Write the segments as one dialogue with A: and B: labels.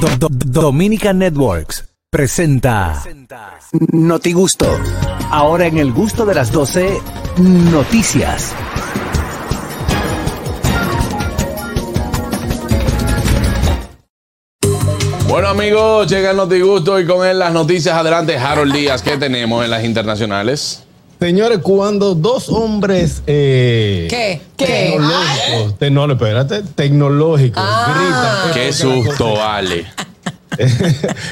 A: Do- Do- Dominican Networks presenta Noti Gusto. Ahora en el gusto de las 12, noticias.
B: Bueno amigos, llega el Notigusto y con él las noticias. Adelante, Harold Díaz, ¿qué tenemos en las internacionales?
C: Señores, cuando dos hombres eh,
D: ¿Qué? Ah. ¿Qué?
C: tecnológicos, te- no, no, espérate, tecnológicos,
D: Ah.
C: gritan,
B: Qué
C: es porque la
B: susto, vale.
C: cosa-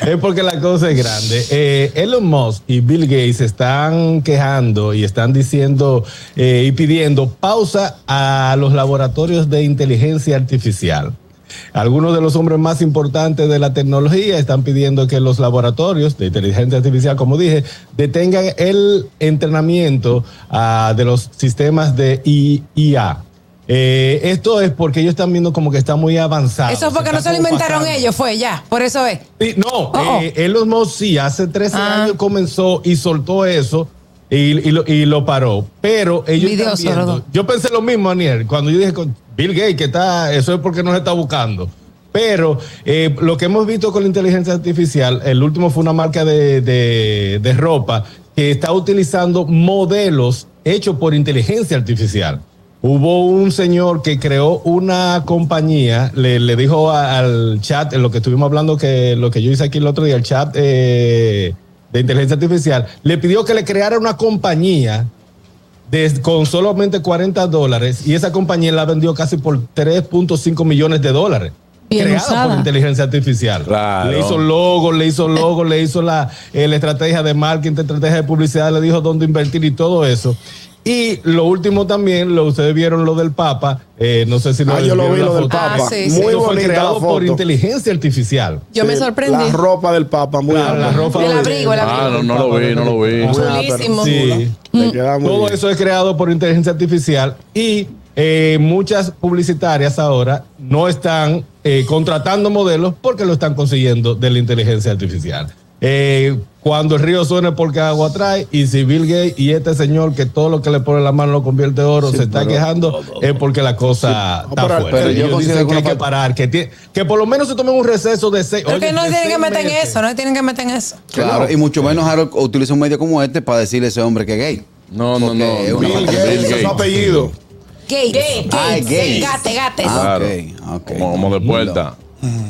C: es porque la cosa es grande. Eh, Elon Musk y Bill Gates están quejando y están diciendo eh, y pidiendo pausa a los laboratorios de inteligencia artificial. Algunos de los hombres más importantes de la tecnología están pidiendo que los laboratorios de inteligencia artificial, como dije, detengan el entrenamiento ah, de los sistemas de I- IA. Eh, esto es porque ellos están viendo como que está muy avanzado.
D: Eso es porque
C: está
D: no se lo
C: como
D: inventaron
C: pasando.
D: ellos, fue ya. Por eso es.
C: Sí, no,
D: Oh.
C: eh, Elon Musk sí, hace 13
D: Ah.
C: años comenzó y soltó eso y, y lo, y lo paró. Pero ellos están
D: Envidioso,
C: viendo-
D: Rodolfo.
C: Yo pensé lo mismo, Aniel, cuando yo dije con Bill Gates que está, eso es porque no se está buscando. Pero eh, lo que hemos visto con la inteligencia artificial, el último fue una marca de, de- de ropa que está utilizando modelos hechos por inteligencia artificial. Hubo un señor que creó una compañía, le, le dijo a- al chat, en lo que estuvimos hablando, que lo que yo hice aquí el otro día, el chat eh, de inteligencia artificial, le pidió que le creara una compañía des- con solamente 40 dólares y esa compañía la vendió casi por 3.5 millones de dólares.
D: Bien
C: creada por
D: usada.
C: inteligencia artificial.
B: Claro.
C: Le hizo logo, le hizo logo, le hizo la, eh, la estrategia de marketing, estrategia de publicidad, le dijo dónde invertir y todo eso. Y lo último también, lo, ustedes vieron lo del Papa, eh, no sé si
E: Ah, yo lo
C: vieron
E: vi,
C: la
E: lo del
C: foto.
E: Papa.
D: Ah, sí, sí.
E: Muy
C: Eso fue
E: bonita la
C: creado
E: foto.
C: por inteligencia artificial.
D: Yo me
E: Sí,
D: sorprendí.
E: La ropa del Papa, muy
C: La- la
E: amplia.
C: ropa
D: El
C: de-
D: abrigo, el abrigo.
B: Ah, no, no lo vi, no lo vi.
E: Muy amplia,
D: Chulísimo.
C: Sí.
E: pero Le queda muy
C: Todo
E: bien.
C: eso es creado por inteligencia artificial y eh, muchas publicitarias ahora no están eh, contratando modelos porque lo están consiguiendo de la inteligencia artificial. Eh, cuando el río suene porque agua trae y si Bill Gates y este señor que todo lo que le pone la mano lo convierte en oro
E: Sí,
C: se está
E: pero-
C: quejando es porque la cosa
E: Sí, no,
C: está
E: pero-
C: fuerte.
E: pero yo
C: Ellos
E: considero
C: dicen que
E: que
C: hay
E: una
C: que
E: pa-
C: parar, que, tie- que por lo menos se tomen un receso de seis.
D: Pero que
C: oye,
D: no
C: de
D: tienen
C: seis
D: que meter en
C: meses.
D: eso, no tienen que meter en eso.
F: Claro, y mucho menos Harold utiliza un medio como este para decirle a ese hombre que es gay.
B: No, no, no.
F: Porque
B: no.
F: Bill
E: Bill
F: Gates,
E: Gates, ese es su apellido.
D: Gates. Gates.
F: Ah, Gates.
D: Gate, gates.
F: Ah,
B: Claro.
F: ok, ok.
B: Como, como de puerta.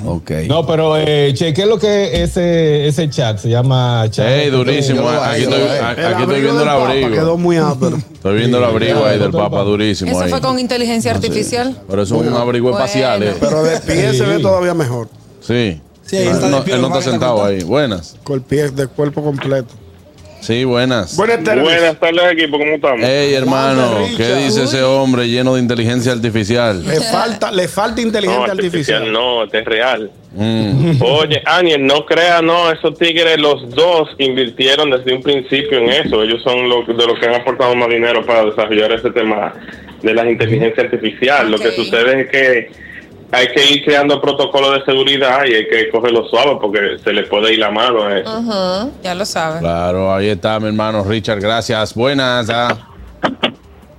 F: Ok.
C: No, pero eh, chequé lo que ese, ese chat se llama chat.
B: Ey, durísimo.
F: Yo lo
B: Aquí
F: veo,
B: estoy,
F: eh.
B: a-
E: El
B: aquí estoy
E: abrigo
B: viendo
E: del
B: el
E: Papa
B: abrigo.
E: Quedó muy áspero.
B: Estoy viendo el abrigo ahí del Papa, durísimo
D: Eso
B: ahí.
D: fue con inteligencia artificial.
B: Pero eso es un abrigo
D: Bueno.
B: espacial, eh.
E: Pero de pie se ve todavía mejor.
B: Sí.
G: Sí, ahí está
B: No,
G: de pie,
B: él no
G: lo
B: está
G: van a
B: sentado
G: contar.
B: ahí. Buenas.
E: Con el pie de cuerpo completo.
B: Sí, buenas.
E: Buenas
H: Buenas tardes, equipo, ¿cómo estamos?
B: Ey, hermano,
E: Vamos,
B: ¿qué
E: Richard.
B: dice ese hombre lleno de inteligencia artificial?
E: Le falta, le falta
H: no,
E: inteligencia artificial.
H: no, este es real.
B: Mm.
H: Oye, Aniel, no crea, no, esos tigres, los dos invirtieron desde un principio en eso. Ellos son los de los que han aportado más dinero para desarrollar ese tema de las inteligencias artificiales. Lo
D: Ok.
H: que sucede es que hay que ir creando protocolos de seguridad y hay que cogerlo suave porque se le puede ir la mano a eso.
D: Ajá, ya lo sabes.
B: Claro, ahí está mi hermano Richard, gracias. Buenas. ah.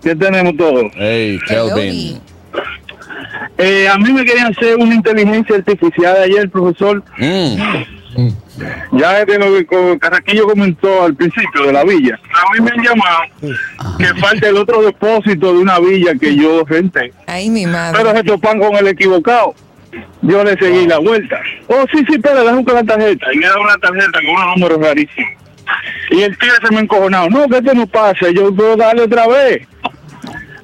I: ¿Qué tenemos todos?
B: Hey, Kelvin.
D: Hello.
I: Eh, a mí me querían hacer una inteligencia artificial ayer, profesor.
B: Mm,
I: Ya de lo que co- Carraquillo comentó al principio de la villa. A mí me han llamado que falta el otro depósito de una villa que yo renté.
D: Ay, mi
I: Pero
D: madre.
I: se topan con el equivocado. Yo le seguí la vuelta. Oh, sí, sí, pero déjame con la tarjeta. Y me da una tarjeta con unos números rarísimos. Y el tío se me encojonado. No, que esto no pasa. Yo puedo darle otra vez.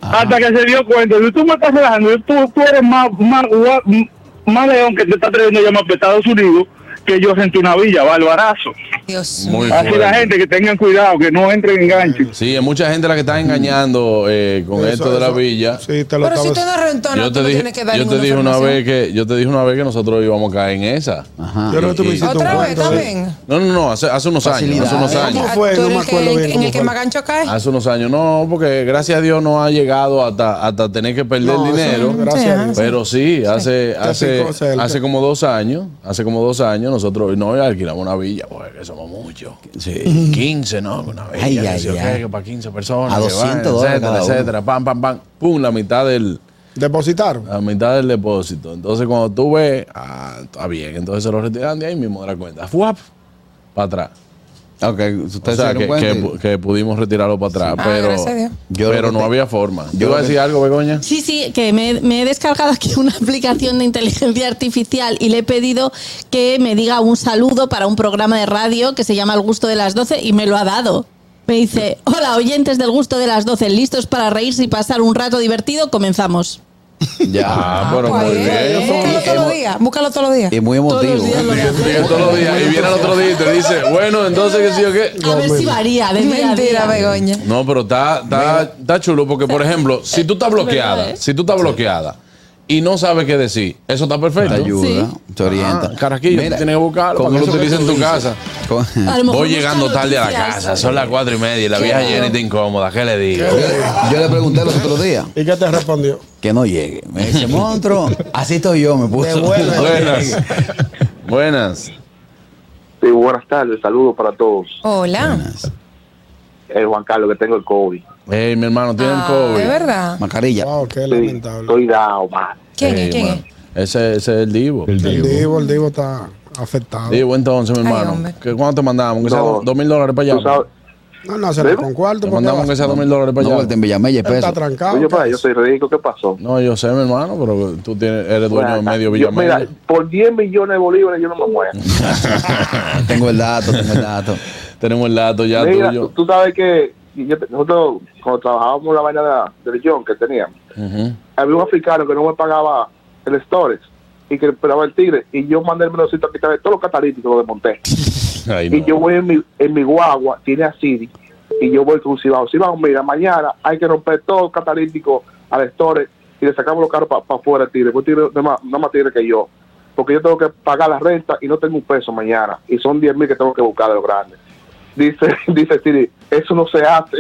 I: Hasta que se dio cuenta. Yo, tú me estás relajando. Yo, Tú, tú eres más, más, gua- más león que te está atreviendo a llamar para Estados Unidos que yo renté una villa, barbarazo.
D: Dios
B: muy
D: mío.
I: Así la
B: fuerte.
I: gente que tengan cuidado, que no entren en gancho.
B: Sí, hay mucha gente la que está engañando eh, con
E: Eso-
B: esto de la
E: eso-
B: villa.
E: Sí, te lo
D: Pero si
E: estaba-
D: tú no rentó, no,
B: Yo
D: tú
B: te
D: no
B: dije,
D: tienes que dar
B: yo te
D: ninguna
B: dije una vez
D: información.
B: que yo te dije una vez que nosotros íbamos a caer en esa.
F: Ajá.
E: Yo creo que tú me hiciste un
D: Otra vez
E: cuento. de-
D: también.
B: No, no, no, hace, hace unos años, hace unos
F: Facilidades.
B: años.
E: ¿Cómo fue?
D: Tú
E: No
D: eres
E: me
D: el que-
E: acuerdo bien
D: En el que
E: cómo fue.
D: Magancho cae.
B: Hace unos años, no, porque gracias a Dios no ha llegado hasta, hasta tener que perder
E: No, eso-
B: dinero.
E: Gracias a Dios.
B: Pero sí, hace, hace,
E: picó cerca.
B: hace como dos años, hace como dos años nosotros no y alquilamos una villa, pues que somos muchos. Sí. 15, ¿no? Una villa,
F: Ay,
B: que
F: ay,
B: sé yo
F: ay.
B: qué, que para 15 personas,
F: A
B: que
F: 200
B: van,
F: dólares
B: etcétera,
F: cada uno.
B: etcétera, pam, pam, pam, pum, la mitad del,
E: Depositaron.
B: a mitad del depósito. Entonces, cuando tú ves, ah, está bien. Entonces se lo retiran de ahí mismo de la cuenta. ¡Fuap! Para atrás.
F: Ok, ustedes
B: O
F: se
B: sea,
F: dieron
B: que,
F: cuenta.
B: que- que pudimos retirarlo para atrás.
D: Ah,
B: pero
D: gracias a Dios.
F: Yo creo
B: pero
F: que
B: no
F: te-
B: había forma.
F: yo
B: ¿Yo iba a
F: creo
B: decir
F: que-
B: algo, Begoña?
G: Sí, sí, que me, me he descargado aquí una aplicación de inteligencia artificial y le he pedido que me diga un saludo para un programa de radio que se llama El Gusto de las 12 y me lo ha dado. Me dice, hola oyentes del Gusto de las 12, listos para reírse y pasar un rato divertido, comenzamos.
F: Ya.
B: Ah, pero
D: Pues,
B: muy
D: eh,
B: bien.
D: Búscalo todos los días. Búscalo todos los días.
F: Y muy
G: Todos
F: emotivo.
G: los días lo
B: Tú
G: hace.
B: vienes todos los días y viene al otro día y te dice, bueno, entonces, ¿qué sí o qué?
G: A ver si varía de día a
D: Mentira,
G: día.
D: Begoña.
B: No, pero está, está, está chulo porque, por ejemplo, si tú estás
G: verdad,
B: bloqueada,
G: ¿eh?
B: si tú estás bloqueada y no sabes qué decir, eso está
F: Te
B: perfecto.
F: ayuda, te orienta.
B: Ah, caraquillo, tú tienes que buscarlo para que lo utilices en tu casa.
F: Con-
G: A lo mejor
B: Voy
G: busca
B: llegando tarde a la
G: noticias.
B: casa, son las cuatro y media y la vieja Jenny te incómoda, ¿qué le digo?
F: Yo le pregunté los otros días
E: ¿Y qué te respondió?
F: que no llegue. Me dice, monstruo, así estoy yo, me puso.
E: Devuelve.
B: Buenas. Buenas.
J: Sí, buenas tardes, saludos para todos.
D: Hola.
J: Eh, Juan Carlos, que tengo el COVID.
B: Hey, mi hermano, tiene
D: Ah,
B: COVID.
D: de verdad.
F: Mascarilla.
E: Wow, qué
J: Sí,
E: lamentable.
J: estoy dado, mal.
D: ¿Quién
B: Ey,
D: es? ¿Quién es?
B: mano, Eh, Ese, ese es el Divo.
C: El
E: El
C: Divo.
E: Divo, el Divo está afectado.
B: Divo, entonces, mi
D: Ay,
B: hermano.
D: hombre.
B: ¿qué- ¿Cuánto te mandamos? Que sea
J: No.
B: do- dos mil dólares para
J: Tú
B: allá.
J: sabes,
E: No, no, se le
J: ¿Divo?
E: con cuarto.
B: Te
E: ¿por qué
B: mandamos
E: va?
B: que sea dos mil dólares
F: No
B: para allá.
F: vuelta en Villamella y
E: Él Está
F: peso.
E: trancado.
J: oye, pa,
E: ¿qué
J: yo soy
E: hace?
J: rico, ¿qué pasó?
B: No, yo sé, mi hermano, pero tú tienes, eres dueño de
J: Bueno,
B: medio
J: yo-
B: Villamella.
J: mira, por 10 millones de bolívares yo no me muero.
F: Tengo el dato, tengo el dato.
B: Tenemos el dato ya
J: Mira, tú,
B: tuyo.
J: tú sabes que yo te- nosotros cuando trabajábamos la vaina de la- del John que teníamos,
B: Ujú.
J: había un africano que no me pagaba el storage y que esperaba el tigre y yo mandé el menocito a quitarle todos los catalíticos, los desmonté.
B: Ay,
J: y
B: no.
J: yo voy en mi, en mi guagua, tiene a Siri, y yo voy con Cibao. Cibao, mira, mañana hay que romper todo el catalítico al store y le sacamos los carros para afuera al tigre, porque el tigre no más, no más tigre que yo. Porque yo tengo que pagar la renta y no tengo un peso mañana. Y son 10 mil que tengo que buscar de los grandes. Dice, dice Siri, eso no se hace.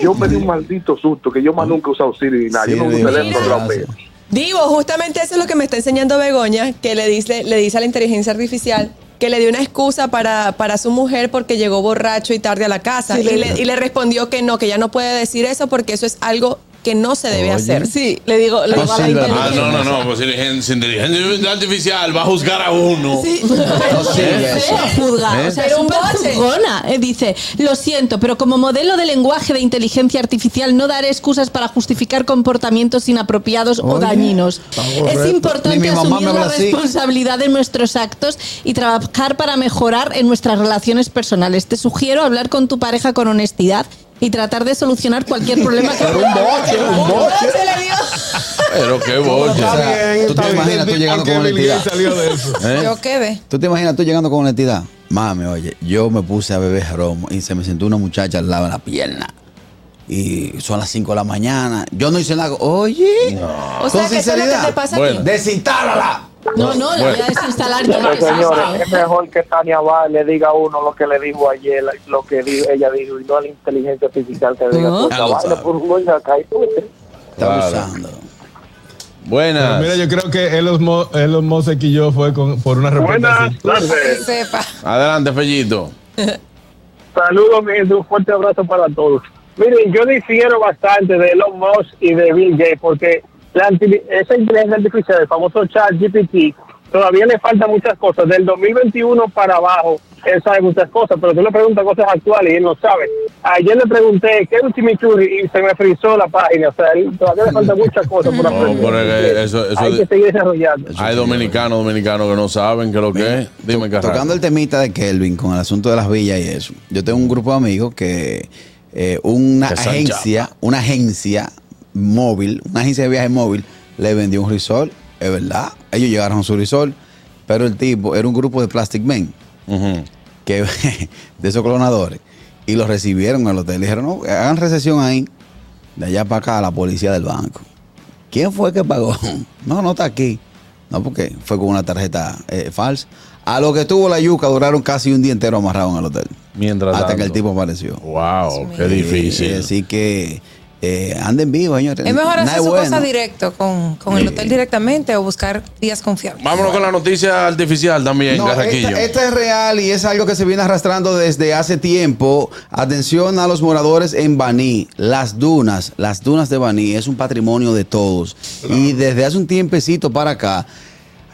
J: Yo me di un maldito susto que yo más nunca he usado Siri ni nada. yo no uso
F: Siri,
J: teléfono.
F: mira.
J: pero hombre.
K: Digo, justamente eso es lo que me está enseñando Begoña, que le dice, le dice a la inteligencia artificial que le dio una excusa para, para su mujer porque llegó borracho y tarde a la casa.
D: Sí,
K: y, le, y le respondió que no, que ya no puede decir eso porque eso es algo que no se debe
F: Oye.
K: hacer.
G: Sí, le digo, le
F: No
G: digo a la
F: sirve.
G: inteligencia.
B: Ah, no, no, no, pues inteligencia, inteligencia artificial va a juzgar a uno.
F: No sirve eso.
G: juzga, o sea, es
K: Pero un
G: súper
K: boche.
G: juzgona. Eh, dice, lo siento, pero como modelo de lenguaje de inteligencia artificial no daré excusas para justificar comportamientos inapropiados o
F: Oye,
G: dañinos.
E: correcto.
G: Es
F: Ni mi
G: importante
F: mamá
G: asumir
F: me habla
G: la
F: así.
G: responsabilidad de nuestros actos y trabajar para mejorar en nuestras relaciones personales. Te sugiero hablar con tu pareja con honestidad y tratar de solucionar cualquier problema que
E: Un boche, un boche.
K: Se le dio.
B: Pero qué boche.
E: Está
F: O sea,
C: eh,
E: bien,
F: tú te
E: está bien.
F: imaginas tú
E: ¿Por
F: llegando
E: qué
F: con
E: Bill Gates
F: honestidad.
E: salió de eso?
B: ¿Eh?
D: Yo quedé.
F: ¿Tú te imaginas tú llegando con honestidad? Mami, oye, yo me puse a beber romo y se me sentó una muchacha al lado de la pierna. Y son las 5 de la mañana. Yo no hice nada. Oye,
K: O sea, que eso es lo que te pasa
B: Bueno.
K: a ti.
F: desinstálala.
G: No, no, la voy a desinstalar ya.
J: Pero señores, es mejor que Tania Val le diga a uno lo que le dijo ayer, lo que di- ella dijo, y no a la inteligencia artificial que le diga.
G: Ajá.
J: "Pues,
F: Ya lo
J: vaina,
F: sabe.
J: por un buen acaído".
F: Está
B: Claro.
F: abusando.
B: Buenas.
C: Mira, yo creo que Elon, Mo- Elon Musk y yo fue con, por una respuesta así.
I: Buenas
D: Que
I: tardes.
D: sepa.
B: Adelante, Fellito.
I: Saludos, mi gente. Un fuerte abrazo para todos. Miren, yo difiero bastante de Elon Musk y de Bill Gates porque la anti- esa inteligencia artificial, el famoso chat GPT, todavía le faltan muchas cosas. Del 2021 para abajo, él sabe muchas cosas, pero tú le preguntas cosas actuales y él no sabe. Ayer le pregunté qué es un chimichurri y se me frizó la página. O sea, él- todavía le faltan muchas cosas por
B: No,
I: aprender.
B: pero es que eso- eso-
I: Hay que seguir desarrollando.
B: Hay dominicanos, dominicanos que no saben qué es lo que es. Dime, Carrasco.
F: Tocando el temita de Kelvin con el asunto de las villas y eso. Yo tengo un grupo de amigos que eh, una
B: Que son
F: agencia, una agencia móvil, una agencia de viaje móvil, le vendió un resort. Es verdad. Ellos llegaron a su resort, pero el tipo era un grupo de Plastic Men.
B: Ujú.
F: que de esos clonadores y los recibieron al hotel. Le dijeron, no, hagan recesión ahí, de allá para acá, a la policía del banco. ¿Quién fue que pagó? No, no está aquí. No, porque fue con una tarjeta eh, falsa. A lo que tuvo la yuca duraron casi un día entero amarrado en el hotel.
B: Mientras
F: hasta que
B: tanto.
F: el tipo apareció.
B: Wow, qué
F: Eh,
B: difícil.
F: así que eh, anden vivos, señores.
D: Es mejor hacer
F: Nada
D: su
F: bueno.
D: cosa directo con, con el hotel directamente o buscar días confiables.
B: Vámonos con la noticia artificial también,
F: No,
B: Carraquillo.
F: esta, esta es real y es algo que se viene arrastrando desde hace tiempo. Atención a los moradores en Baní. Las dunas, las dunas de Baní es un patrimonio de todos. Y desde hace un tiempecito para acá,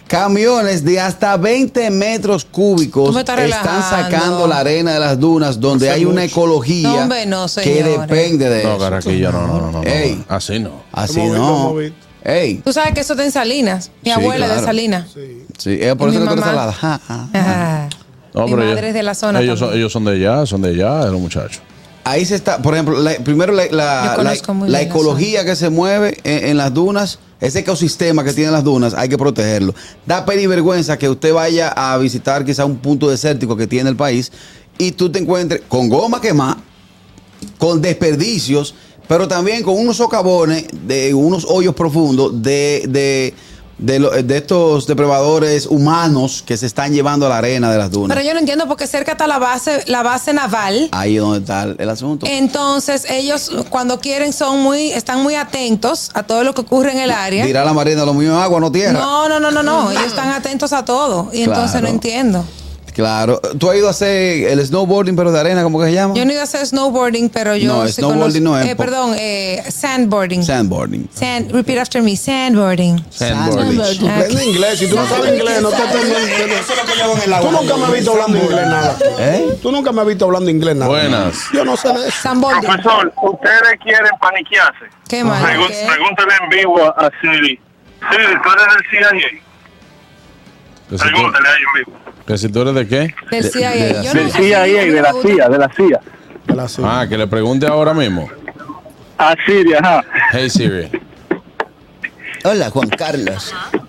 F: camiones de hasta 20 metros
D: Tú
F: cúbicos
D: me estás
F: están
D: relajando.
F: sacando la arena de las dunas donde
D: Hace
F: hay una
D: mucho.
F: ecología
D: No, hombre, no,
F: que
D: señores.
F: depende de
B: No,
F: eso.
B: Carraquillo, no, no, no, no.
F: Ey.
B: no. Así no.
F: Así no. Ey,
D: Tú sabes que eso está en Salinas. Mi
F: Sí,
D: abuela es de
F: claro.
D: Salinas.
F: sí, es por
D: Y
F: eso que
D: mi
F: tú eres
D: mamá.
F: salada. Ah, Ja, ja.
D: Ajá.
B: No,
D: Mi
B: pero
D: madre
B: ellos-
D: es de la zona
B: Ellos son,
D: también.
B: ellos son de allá, son de allá, de los muchachos.
F: Ahí se está, por ejemplo, la- primero la, la-
D: Yo conozco
F: la-
D: muy
F: la
D: bien la
F: ecología que se mueve en, en las dunas, ese ecosistema que tienen las dunas, hay que protegerlo. Da pena y vergüenza que usted vaya a visitar quizá un punto desértico que tiene el país y tú te encuentres con goma quemada, con desperdicios, pero también con unos socavones de unos hoyos profundos de, de, de lo- de estos depredadores humanos que se están llevando a la arena de las dunas.
D: Pero yo no entiendo porque cerca está la base, la base naval.
F: Ahí es donde está el- el asunto.
D: Eh, Entonces ellos cuando quieren son muy, están muy atentos a todo lo que ocurre en el área.
F: Dirá la marina, lo mío es agua, no tierra.
D: ¿Eh? No, no, no, no, no. Ellos están atentos a todo. Y entonces
F: Claro.
D: no entiendo.
F: Claro. ¿Tú has ido a hacer el snowboarding, pero de arena, cómo que se llama?
D: Yo no iba a hacer snowboarding, pero yo.
F: No, snowboarding no es,
D: eh,
F: po-
D: perdón, eh, sandboarding.
F: Sandboarding.
D: Sand, repeat after me, sandboarding.
F: Sandboarding.
E: Tú Aprende inglés. Si tú no sabes inglés, no te
F: Eso es lo que yo hago en el
E: Tú nunca me has visto hablando inglés nada.
F: ¿Eh?
E: Tú nunca me has visto hablando inglés nada.
B: Buenas.
E: Yo no sé de eso.
D: Sandboarding.
L: Ah,
I: Profesor, ustedes quieren paniquearse.
D: Qué mal.
I: Pregú-
D: ¿qué?
I: Pregúntale en vivo a- a Siri. Siri, tú eres del CIA.
B: Que si, tú,
I: Pregúntale ahí en vivo.
B: que si tú eres de qué.
D: Del CIA. Yo no-
I: Del CIA,
D: a mí
I: de
D: no
I: la
D: me gusta.
I: CIA, de la CIA.
E: Hola, sí.
B: Ah, que le pregunte ahora mismo.
I: A Siri, Ah, ajá.
B: Hey Siri.
F: Hola, Juan Carlos.
D: Pero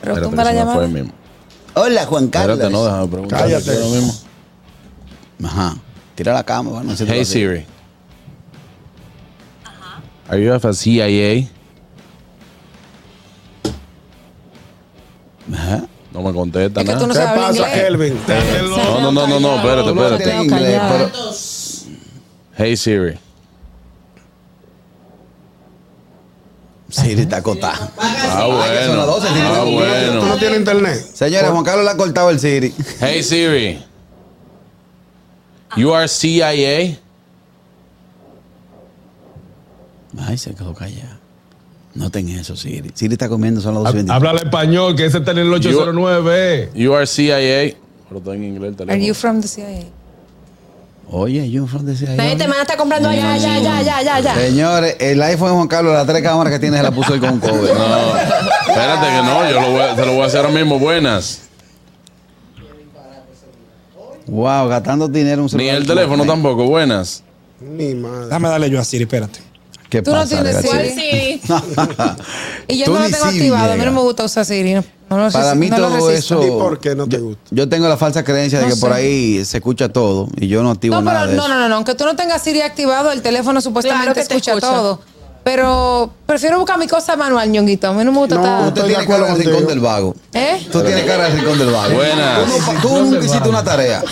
B: Espérate,
D: tumba la
B: que se me fue
D: llamada.
B: el mismo.
F: Hola, Juan Carlos.
B: Espérate, no, déjame preguntar.
E: Cállate.
B: mismo.
F: Ajá. Tira la cama, bueno, no sé
B: Hey Siri. Are you of a CIA? No me contesta
D: ¿Eh? Es que tú
B: nada.
D: no
E: ¿Qué
D: sabes hablar
E: pasa,
D: inglés.
E: Kelvin?
B: No, no, no, no, no, espérate, espérate. Hey Siri.
F: Siri está acotada.
B: Ah,
F: Ay, que son las
B: bueno.
F: 12, tiene
B: Ah,
F: que-
E: Tú no
B: bueno.
E: tienes internet.
F: Señores, Juan Carlos le ha cortado el Siri.
B: Hey Siri. You are CIA?
F: Ay, se quedó callado. Noten eso, Siri. Siri está comiendo, son las 12 y
C: Ha-
F: 24.
C: Háblale español, que ese está en el 809.
B: You are CIA? Pero está en inglés el
D: Are you
B: teléfono.
D: from the CIA?
F: Oye, yo from the CIA.
G: La gente me está comprando allá, allá, allá, allá, allá, allá.
F: Señores, el iPhone de Juan Carlos, las tres cámaras que tiene, se la puso él con un cover.
B: No, espérate que no, yo lo voy, a- se lo voy a hacer ahora mismo. Buenas.
F: Wow, gastando dinero en un
B: Ni
F: celular.
B: el teléfono tampoco, buenas.
E: Mi madre.
A: Dame darle yo a Siri, espérate.
F: ¿Qué
D: Tú no
F: pasa,
D: tienes
G: Pues
F: Legacy?
D: Siri. Y yo
F: Tú
D: no lo
F: ni
D: tengo
F: Siri
D: activado. A mí
F: llega.
D: no me gusta usar Siri. No, no lo sé
F: Para
D: si-
F: mí
D: no lo
F: todo
D: resisto.
F: eso.
E: ¿Y por qué no te
F: yo-
E: gusta?
F: Yo, tengo la falsa creencia de
D: No
F: que por
D: sé.
F: ahí se escucha todo y yo no activo
D: No,
F: nada
D: pero
F: de
D: no,
F: eso.
D: no, no, no. Aunque tú no tengas Siri activado, el teléfono supuestamente
G: Claro que te
D: escucha,
G: escucha.
D: todo. Pero prefiero buscar mi cosa manual, ñonguito. A mí no me gusta
E: No,
D: estar-
F: Usted
E: Estoy de
F: tiene cara
E: acuerdo
F: de rincón
E: contigo.
F: del vago.
D: ¿Eh?
F: Tú tienes cara de rincón del vago.
B: Buenas.
F: Tú, no- tú nunca hiciste una tarea.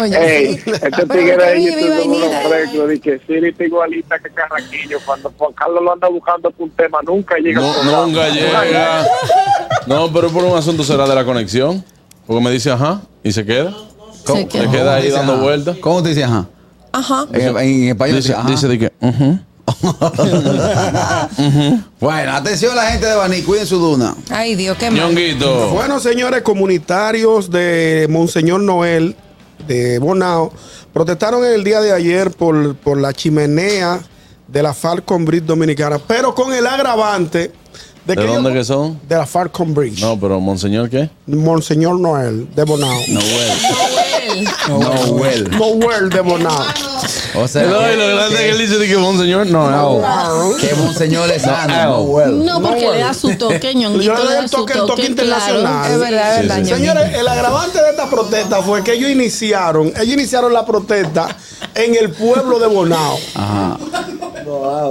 D: Oye,
I: Ey,
D: sí.
I: este
D: Pero
I: tigre
D: busca
I: ahí
D: mi-
I: YouTube
D: mi
I: como
D: vainita,
I: los frescos, dice Siri está igualita que Carraquillo. Cuando Juan Carlos lo anda buscando por un tema, nunca llega. al
B: No,
I: programa.
B: nunca llega. No, pero por un asunto será de la conexión. Porque me dice ajá y se queda.
F: ¿Cómo-
G: queda.
F: cómo
B: Se queda ahí
F: dice,
B: dando
F: ajá?
B: vueltas.
F: ¿Cómo te dice ajá?
D: Ajá.
F: En, en español
B: Dice,
F: ajá.
B: dice de que, ujú.
F: Bueno, atención la gente de Baní, cuiden su duna.
D: Ay, Dios, qué mal.
B: Ñonguito.
E: Bueno, señores comunitarios de Monseñor Noel de Bonao protestaron el día de ayer por, por la chimenea de la Falcon Bridge Dominicana, pero con el agravante de,
B: ¿De dónde
E: ellos-
B: que son?
E: De la Falcon Bridge.
B: No, pero monseñor, ¿qué?
E: Monseñor Noel de Bonao.
F: No, well.
E: Noel de Bonao.
F: O sea,
B: No, y lo grande que él dice de que monseñor, no, no.
F: que monseñor es sano.
B: No,
F: No, well.
G: No, porque le da su toque, ñonguito.
E: Yo le doy el
G: da su
E: toque, el toque internacional.
D: Es verdad, es verdad,
B: Sí, sí, sí.
D: ñonguito.
E: Señores, el agravante de esta protesta fue que ellos iniciaron, ellos iniciaron la protesta en el pueblo de Bonao.
F: Ajá.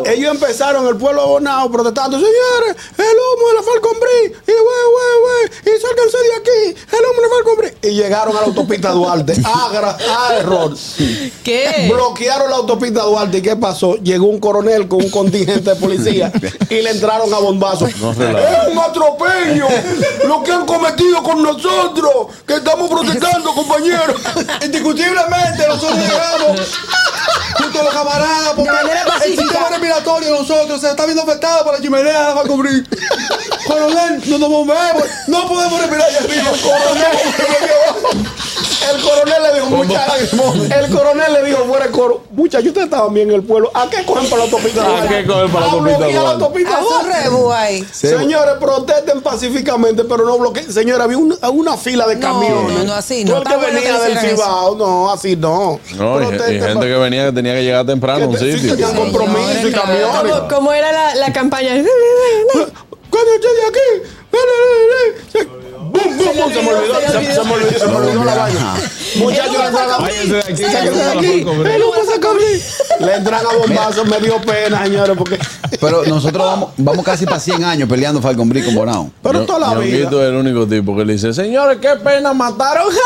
E: Ellos empezaron el pueblo de Bonao protestando, señores, el humo de la Falcon Bridge, y wey, wey, wey, y sálganse de aquí, el humo de la Falcon Bridge. y llegaron a la autopista Duarte. Ah, gra- ah, error.
K: ¿Qué?
E: Bloquearon la autopista Duarte. ¿Y qué pasó? Llegó un coronel con un contingente de policía y le entraron a bombazos.
B: No relajes.
E: ¡Es un atropello! Lo que han cometido con nosotros, que estamos protestando, compañeros.
M: Indiscutiblemente nosotros llegamos junto a los camaradas porque
D: De manera
M: el
D: pacífica.
M: sistema respiratorio de nosotros se está viendo afectado por la chimenea va a cubrir. Coronel, no nos movemos, no podemos respirar allá arriba.
E: El coronel le dijo, muchachos, el coronel le dijo fuera el coro, muchachos, ustedes estaban bien en el pueblo, ¿a qué cogen para la autopista
B: ¿A
E: Duarte?
B: qué cogen para la
E: A
B: autopista
E: bloquear la
B: Duarte?
E: autopista
D: Haz un
E: Duarte.
D: rebu ahí.
F: Sí.
E: Señores, protesten pacíficamente, pero no bloqueen. Señores, había un- una fila de
D: No,
E: camiones.
D: no, no, así
E: Todo
D: no.
E: el
D: Está
E: que
D: bueno que
E: venía del
D: hicieran eso.
E: Cibao, no, así no.
B: No, y, y gente que venía que tenía que llegar temprano a un
E: Que te- sí,
B: sitio.
E: que tengan compromiso y
D: Señores,
E: camiones.
K: ¿Cómo, cómo era la, la campaña?
E: Cuando yo llegué aquí, eh, eh, eh, se- ¡Bum, bum, bum! Se me olvidó, se, se me olvidó, se me olvidó la vaina. Muchachos, le entran a-
C: Váyanse de aquí,
E: Sáquense
C: sáquense
E: de
C: de
E: aquí.
C: Juan Cobre.
E: ¡El humo saca a mí! Le entran a bombazos, me dio pena, señores, porque.
F: Pero nosotros vamos, vamos casi para 100 años peleando Falcon Brick con Bonao.
E: Pero
B: Ño-
E: toda la vida.
B: Ñonguito es el único tipo que le dice, señores, qué pena mataron.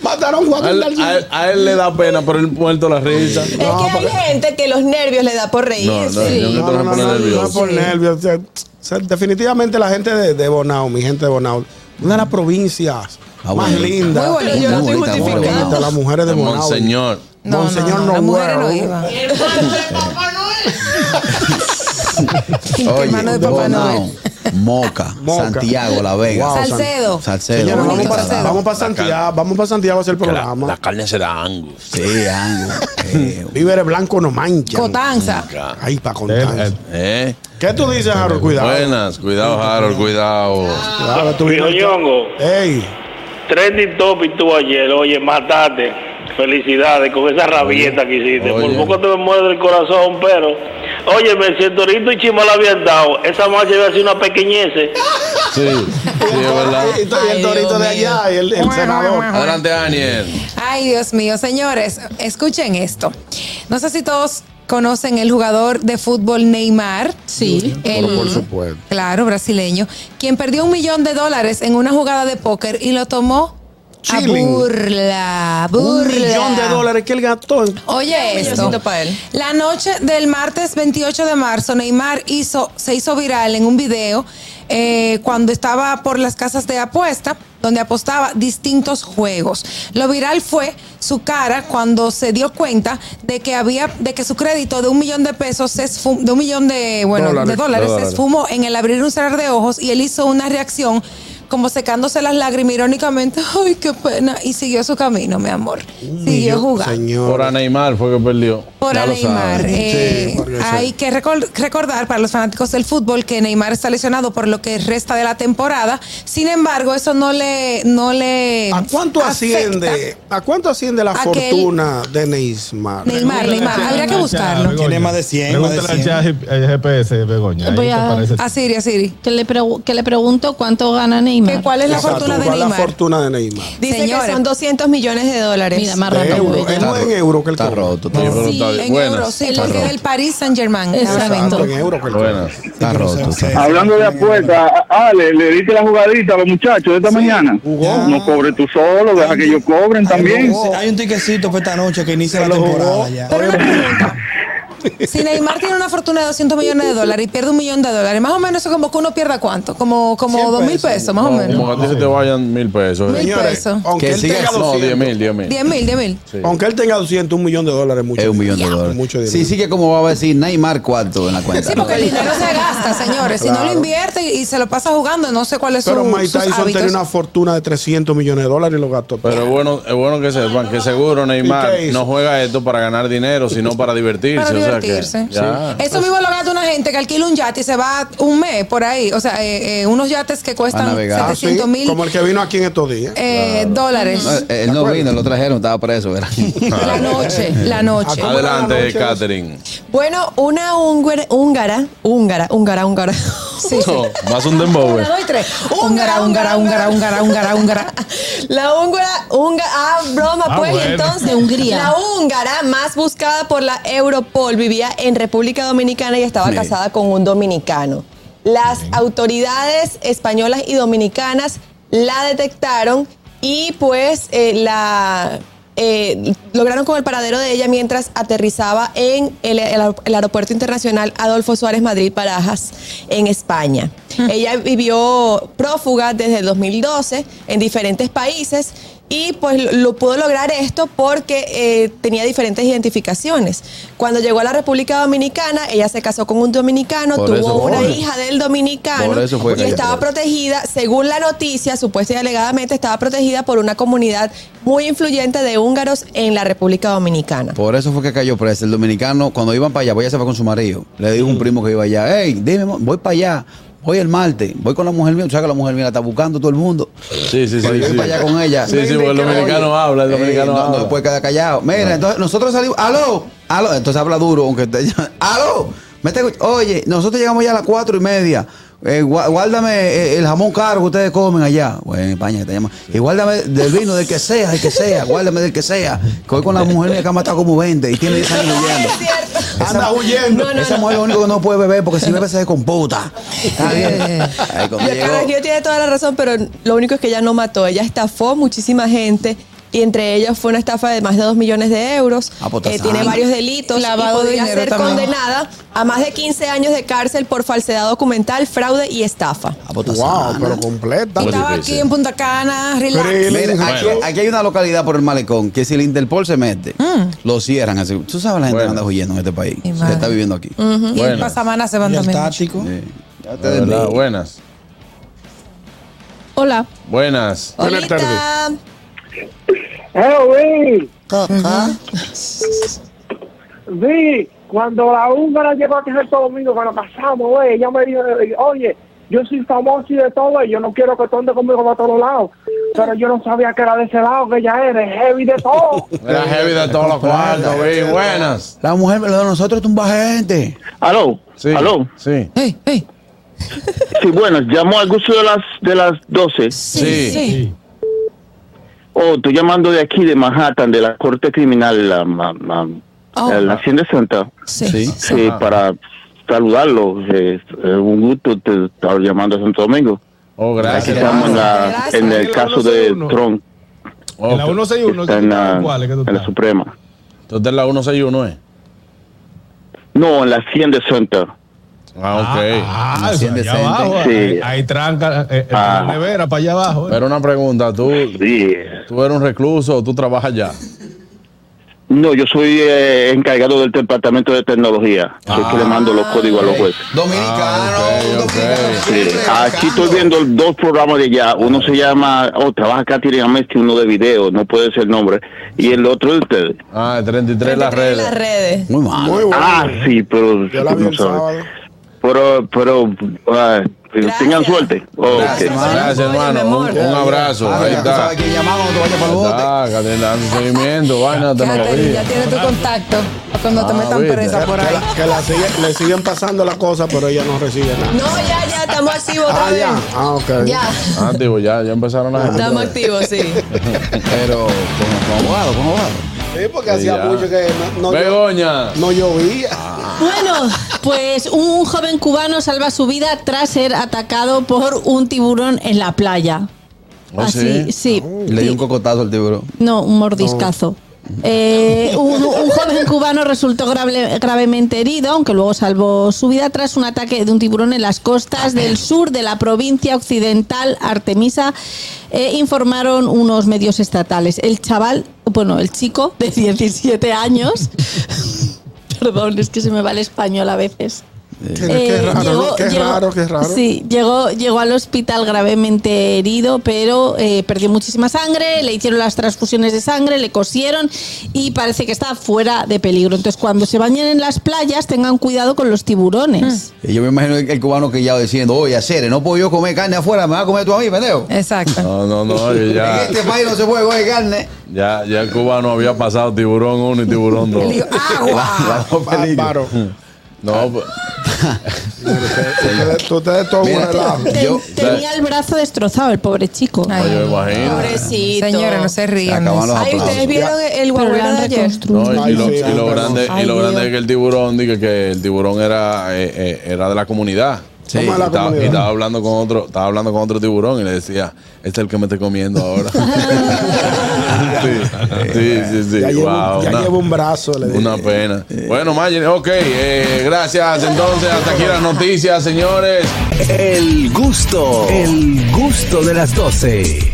E: Mataron a
B: a,
E: Joaquín
B: él,
E: Dalgino.
B: a él- a él le da pena, pero él muerto la risa.
K: Es que hay gente que los nervios le da por
B: No, no,
K: reírse.
B: Ñonguito
E: No,
B: no,
E: no,
B: se pone
E: no, no, no es
B: nervioso.
E: por nervios. o sea, o sea, definitivamente la gente de, de Bonao, mi gente de Bonao, una de las provincias
F: Ah,
E: más
F: bonita.
E: lindas.
K: Muy bonito, yo no estoy
F: Muy bonita, muy
E: Muy
K: justificando.
E: bonita, las mujeres de
B: El
E: Bonao.
B: Monseñor.
D: No,
E: Monseñor
D: no, no, las mujeres
E: Noel.
D: no iban. hermano de Papá
F: Bonao,
D: Noel.
F: Moca,
E: Moca.
F: Santiago, La Vega.
E: Wow,
D: Salcedo.
F: Salcedo.
E: Señores,
F: Bonita,
E: vamos, para,
F: Salcedo.
E: vamos para Santiago, vamos para Santiago a hacer el
B: Que La,
E: programa.
B: la carne será Angus.
F: Sí, algo. Eh,
E: Víveres blanco no mancha.
D: Cotanza.
E: Ahí para contar.
B: ¿Eh?
E: ¿Qué tú dices, Harold? Cuidado.
B: Buenas, cuidado, Harold, cuidado.
E: Claro, tú
H: Viejo
E: vienes-
H: ñongo,
E: Ey,
H: trending topic tú ayer, oye, matate. Felicidades con esa rabieta que hiciste. Por
B: Oye.
H: poco te me muerde el corazón, pero. Oye, me siento ahorita y chimo la habían dado. Esa marcha había sido una pequeñez.
L: ¿eh?
B: Sí, sí, es verdad.
E: y to- y el
D: Ay,
E: torito
D: Dios
E: de
D: mío.
E: allá, y el, el senador.
B: Adelante, Daniel.
D: Ay, Dios mío, señores, escuchen esto. No sé si todos conocen el jugador de fútbol Neymar.
G: Sí.
D: El,
E: por supuesto.
D: Claro, brasileño, quien perdió un millón de dólares en una jugada de póker y lo tomó
E: Chilling.
D: a burla, burla.
E: Un millón de dólares que él gastó.
D: Oye esto.
K: milloncito pues, pa' él.
D: La noche del martes 28 de marzo, Neymar hizo, se hizo viral en un video eh, cuando estaba por las casas de apuesta, donde apostaba distintos juegos. Lo viral fue su cara cuando se dio cuenta de que había, de que su crédito de un millón de pesos se esfu- de un millón de bueno de dólares se esfumó en el abrir un cerrar de ojos y él hizo una reacción como secándose las lágrimas irónicamente, ay qué pena y siguió su camino, mi amor. Siguió jugando.
B: Por
E: Señor.
B: a Neymar fue que perdió.
D: Por
B: Ya
D: a
B: lo
D: Neymar.
B: saben.
D: Eh,
E: Sí, porque
D: hay que recol- recordar para los fanáticos del fútbol que Neymar está lesionado por lo que resta de la temporada. Sin embargo, eso no le. No le
E: ¿A cuánto
D: afecta.
E: asciende? ¿A cuánto asciende la
D: a que él-
E: fortuna de Neymar?
D: Neymar, Neymar. Habría que buscarlo.
M: Tiene más de 100, más de
C: Pregúntale al chat eh, G- GPS, Begoña. ahí
G: Voy
C: te
G: a-
C: parece.
D: A Ah, Siri, a Siri.
G: Que le, pregu- que le pregunto cuánto gana Neymar.
D: ¿Que ¿Cuál es la
E: Exacto,
D: fortuna de
E: ¿cuál es
D: Neymar?
E: la fortuna de Neymar?
K: Dice que
D: Señores.
K: son 200 millones de dólares.
G: Mira, más
E: De
G: rato.
E: euro.
G: pues,
E: Es
G: ya.
E: no en euro que él
F: Está
E: cobra.
F: roto,
B: Sí,
F: está
B: pero
F: roto.
D: Sí,
B: está bien.
D: en
B: Buenas.
D: euros, sí, porque del París Saint Germain.
G: Exacto.
E: Exacto, en euro que él cobra.
B: Buenas.
F: Está roto. está roto.
I: Hablando de apuestas, Ale, le diste la jugadita a los muchachos de esta mañana.
E: jugó.
I: No cobre tú solo, deja que ellos cobren también.
M: Hay un tiquecito para esta noche que inicia la
E: Se lo jugó.
M: temporada ya.
D: Pero una pregunta. Si Neymar tiene una fortuna de 200 millones de dólares y pierde un millón de dólares, más o menos eso como que uno pierda cuánto? Como, como
M: 100
D: dos mil
M: pesos.
D: pesos, más o menos.
B: Como a ti se te vayan mil pesos.
D: Mil
B: eh.
E: Señores,
D: pesos.
E: aunque
F: Que
E: él
F: siga
E: tenga
F: siendo-
B: No,
E: 200,
B: diez mil, diez mil.
D: Diez mil, diez mil.
B: Sí.
E: aunque él tenga 200, un millón de dólares mucho
F: Es un millón de
E: dinero.
F: dólares.
E: Mucho
F: Sí,
E: dinero.
F: sí que como va a decir Neymar cuarto en la cuenta. eh,
D: Sí, porque el dinero se gasta, señores. Si no lo invierte y y se lo pasa jugando, no sé cuáles son
E: Pero Mike
D: sus
E: Tyson
D: hábitos.
E: tenía una fortuna de 300 millones de dólares y lo gastó. todo.
B: Pero es bueno, es bueno que sepan que seguro Neymar
E: ¿Y qué hizo?
B: no juega esto para ganar dinero, sino para divertirse.
D: Para
B: o sea que-
D: divertirse.
B: ya.
D: Eso mismo lo gasta una gente que alquila un yate y se va un mes por ahí. O sea, eh, eh, unos yates que cuestan
F: A navegar.
E: Ah, sí,
D: 700 mil
E: como el que vino aquí en estos días.
D: eh, dólares.
F: No, él no vino, lo trajeron, estaba preso, ¿verdad?
D: La noche, la noche.
E: ¿Cómo era la
B: Adelante,
E: noche?
B: Catherine.
K: Bueno, una húngara, húngara, húngara, húngara, húngara.
D: Sí, sí.
B: No, más un dembow. eh.
D: Una, dos y tres. Húngara, húngara, húngara, húngara, húngara, húngara.
K: La húngara, húngara, ah, broma,
C: Ah,
K: pues, y
C: bueno.
K: entonces.
G: De Hungría.
K: La húngara más buscada por la Europol vivía en República Dominicana y estaba
F: Sí.
K: casada con un dominicano. Las autoridades españolas y dominicanas la detectaron y pues eh, la eh, lograron con el paradero de ella mientras aterrizaba en el, el aer- el aeropuerto internacional Adolfo Suárez Madrid Barajas en España. Ella vivió prófuga desde el 2012 en diferentes países y pues lo- lo pudo lograr esto porque eh, tenía diferentes identificaciones. Cuando llegó a la República Dominicana, ella se casó con un dominicano,
B: Por
K: tuvo
B: eso fue.
K: una hija del dominicano
B: Por eso fue
K: y
B: que-
K: estaba protegida, según la noticia, supuesta y alegadamente, estaba protegida por una comunidad muy influyente de húngaros en la República Dominicana.
F: Por eso fue que cayó presa. El dominicano, cuando iban para allá, pues ella se fue con su marido. Le dijo un primo que iba allá, hey, dime, mo- voy para allá, voy el martes, voy con la mujer mía. O sea que la mujer mía la está buscando todo el mundo.
B: Sí, sí, sí.
F: Cuando yo
B: sí.
F: voy para allá con ella.
B: Sí, sí, porque el dominicano
F: Oye,
B: habla, el
F: eh,
B: dominicano
F: no,
B: habla.
F: No puede quedar callado. Mira, entonces nosotros salimos, aló, aló. Entonces habla duro, aunque te aló. me está escuch- Oye, nosotros llegamos ya a las cuatro y media. Eh, gua- guárdame eh, el jamón caro que ustedes comen allá. Bueno, en España que te llaman. Y guárdame del vino, del que sea, el que sea. Guárdame del que sea. Que hoy con la mujer mía que ha matado como 20 y tiene 10 años huyendo. Anda huyendo. Esa mujer lo único que no puede beber porque si bebe se descomputa. Está bien. Ahí cuando
K: Yo,
F: llegó-
K: Carlos, yo tiene toda la razón, pero lo único es que ella no mató, ella estafó muchísima gente. Y entre ellas fue una estafa de más de 2 millones de euros.
F: Ah, pues,
K: Eh,
F: está
K: tiene
F: sana.
K: varios delitos.
D: Lavado
K: y
D: de
K: podría
D: dinero
K: ser
D: también.
K: condenada a más de 15 años de cárcel por falsedad documental, fraude y estafa.
F: Ah,
E: Wow, pero completa.
D: Y estaba aquí en Punta Cana, relax.
F: Mira, aquí, aquí hay una localidad por el malecón que si el Interpol se mete,
G: Mm.
F: lo cierran así. Tú sabes la gente que anda huyendo en este país.
D: Mi
F: Se
D: madre.
F: está viviendo aquí.
G: Mm.
D: Ujú. Y el
B: Bueno.
D: pasamana se van también.
F: Sí. Ya
B: De
F: te
B: verdad,
F: desvío.
B: buenas.
G: Hola.
B: Buenas.
K: Buenas tardes.
I: ¡Eh, vi! Vi, cuando la húngara llegó aquí a Santo Domingo, cuando pasamos, güey, ella me dijo, eh, oye, yo soy famoso y de todo, y yo no quiero que tú andes conmigo para todos lados. Pero yo no sabía que era de ese lado, que ella era heavy de todo.
B: Era heavy de todos los cuartos, vi. Buenas.
F: La mujer, lo de nosotros tumba gente.
L: Aló,
B: Sí.
L: aló.
B: Sí.
D: Hey, hey.
L: Sí, bueno, llamó al gusto de las de las 12.
B: Sí.
L: Oh, estoy llamando de aquí, de Manhattan, de la Corte Criminal, la, ma- ma-
D: Oh.
L: eh, la Hacienda Santa.
D: Sí.
L: Sí, para saludarlo. eh, eh, un gusto te estar llamando a Santo Domingo.
B: Oh, gracias.
L: Aquí estamos en, la-
K: Gracias.
L: en
K: En
L: el
K: la
L: caso de
C: 161.
L: Trump.
C: En la 161,
L: Está en la,
C: ¿cuál es que tú
L: en la
C: estás?
L: Suprema.
B: Entonces la 161 es.
L: No, en la Hacienda Center.
B: Ah,
C: Ah, eso, allá abajo,
L: Sí.
C: ahí, ahí tranca eh, eh,
L: Ah.
C: la nevera para allá abajo. ¿eh?
B: Pero una pregunta, ¿tú,
L: Sí.
B: tú eres un recluso o tú trabajas allá?
L: No, yo soy eh, encargado del departamento de tecnología. Así que
E: Ah.
L: le mando los códigos a los jueces.
F: Dominicano,
B: Ah,
F: dominicano.
L: Sí,
F: siempre
L: aquí
F: buscando.
L: estoy viendo dos programas de allá. Uno se llama, oh, trabaja acá Messi, uno de video, no puede ser nombre. Y el otro de ustedes.
E: Oh,
B: Ah, el 33 las
K: En
B: redes.
K: las redes.
F: Muy mal.
E: Muy bueno.
L: Ah, sí, pero
E: Yo la vi
L: no
E: el
L: sabe.
E: sábado.
L: Pero, pero, ah, tengan suerte. Oh,
F: Gracias,
L: ok.
F: hermano.
B: Gracias,
K: Oye, mi
B: hermano. Un,
K: amor.
B: un abrazo.
F: Ah,
B: Ahí
F: ya tú
B: está.
F: sabes quién llamamos, no te vayas para el bote.
B: Ah, Catalina, dando seguimiento, vaina,
D: Catherine,
B: tecnología.
D: ya tiene tu contacto. para Cuando te
B: Ah,
D: metan
B: viste.
D: presa por
E: Que,
D: ahí.
E: la- que la sigue- le siguen pasando las cosas, pero ella no recibe nada.
K: No, ya, ya, estamos activos otra
E: Ah,
K: vez.
E: ya. Ah, ok.
K: Ya,
B: Ah, digo, ya, ya empezaron las gente.
K: estamos activos, sí.
F: Pero como como abogado, como abogado.
E: Sí, porque hacía
B: ya.
E: mucho que no, no, llo-
B: Begoña.
E: no llovía.
G: Bueno, pues un joven cubano salva su vida tras ser atacado por un tiburón en la playa.
B: ¿Oh,
G: Así,
B: sí?
G: sí.
F: Le dio un cocotazo al tiburón.
G: No, un mordiscazo. Eh, un, un joven cubano resultó grave- gravemente herido, aunque luego salvó su vida tras un ataque de un tiburón en las costas del sur de la provincia occidental Artemisa, eh, informaron unos medios estatales. El chaval, bueno, el chico de 17 años, perdón, es que se me va el español a veces.
E: Qué,
G: Eh,
E: qué raro,
G: llegó-
E: qué
G: llegó-
E: raro, qué raro.
G: Sí, llegó, llegó al hospital gravemente herido, pero eh, perdió muchísima sangre, le hicieron las transfusiones de sangre, le cosieron y parece que está fuera de peligro. Entonces, cuando se bañen en las playas, tengan cuidado con los tiburones.
F: Y yo me imagino el, el cubano que ya diciendo, oye, Acere, no puedo yo comer carne afuera, me vas a comer tú a mí, pendejo.
G: Eh.
D: Exacto.
B: No, no, no, yo
F: En
B: ya,
F: este país no se puede comer carne.
B: ya, ya el cubano había pasado tiburón 1 y tiburón 2.
D: ah,
E: Ah, Bárbaro.
B: No, pues,
E: Ustedes- Ustedes todo un
F: Mira,
E: relajo.
G: Ten-
F: yo-
G: tenía el brazo destrozado el pobre chico.
D: Ay,
B: yo me imagino.
K: Pobrecito.
D: Señora, no se rían.
F: acaban los
K: Ay,
F: aplausos.
K: ustedes vieron el
G: Pero lo
K: guagüero
G: han
K: de ayer.
G: reconstruido.
B: No, y,
E: Ay,
B: lo,
E: sí,
B: y lo
E: ay,
B: grande, y
G: Ay,
B: lo
G: Dios.
B: grande es que el tiburón, dije que el tiburón era, eh, eh, era de la comunidad. Sí, y
E: Toma la
B: estaba,
E: comunidad.
B: y estaba hablando con otro, estaba hablando con otro tiburón y le decía, este es el que me esté comiendo ahora. sí, sí, sí, sí.
E: ya llevo,
B: Wow,
E: ya
B: una-
E: llevo un brazo. Le dije.
B: Una pena. Bueno, Mayer, ok. eh, gracias. Entonces, hasta aquí las noticias, señores.
A: El gusto. El gusto de las 12.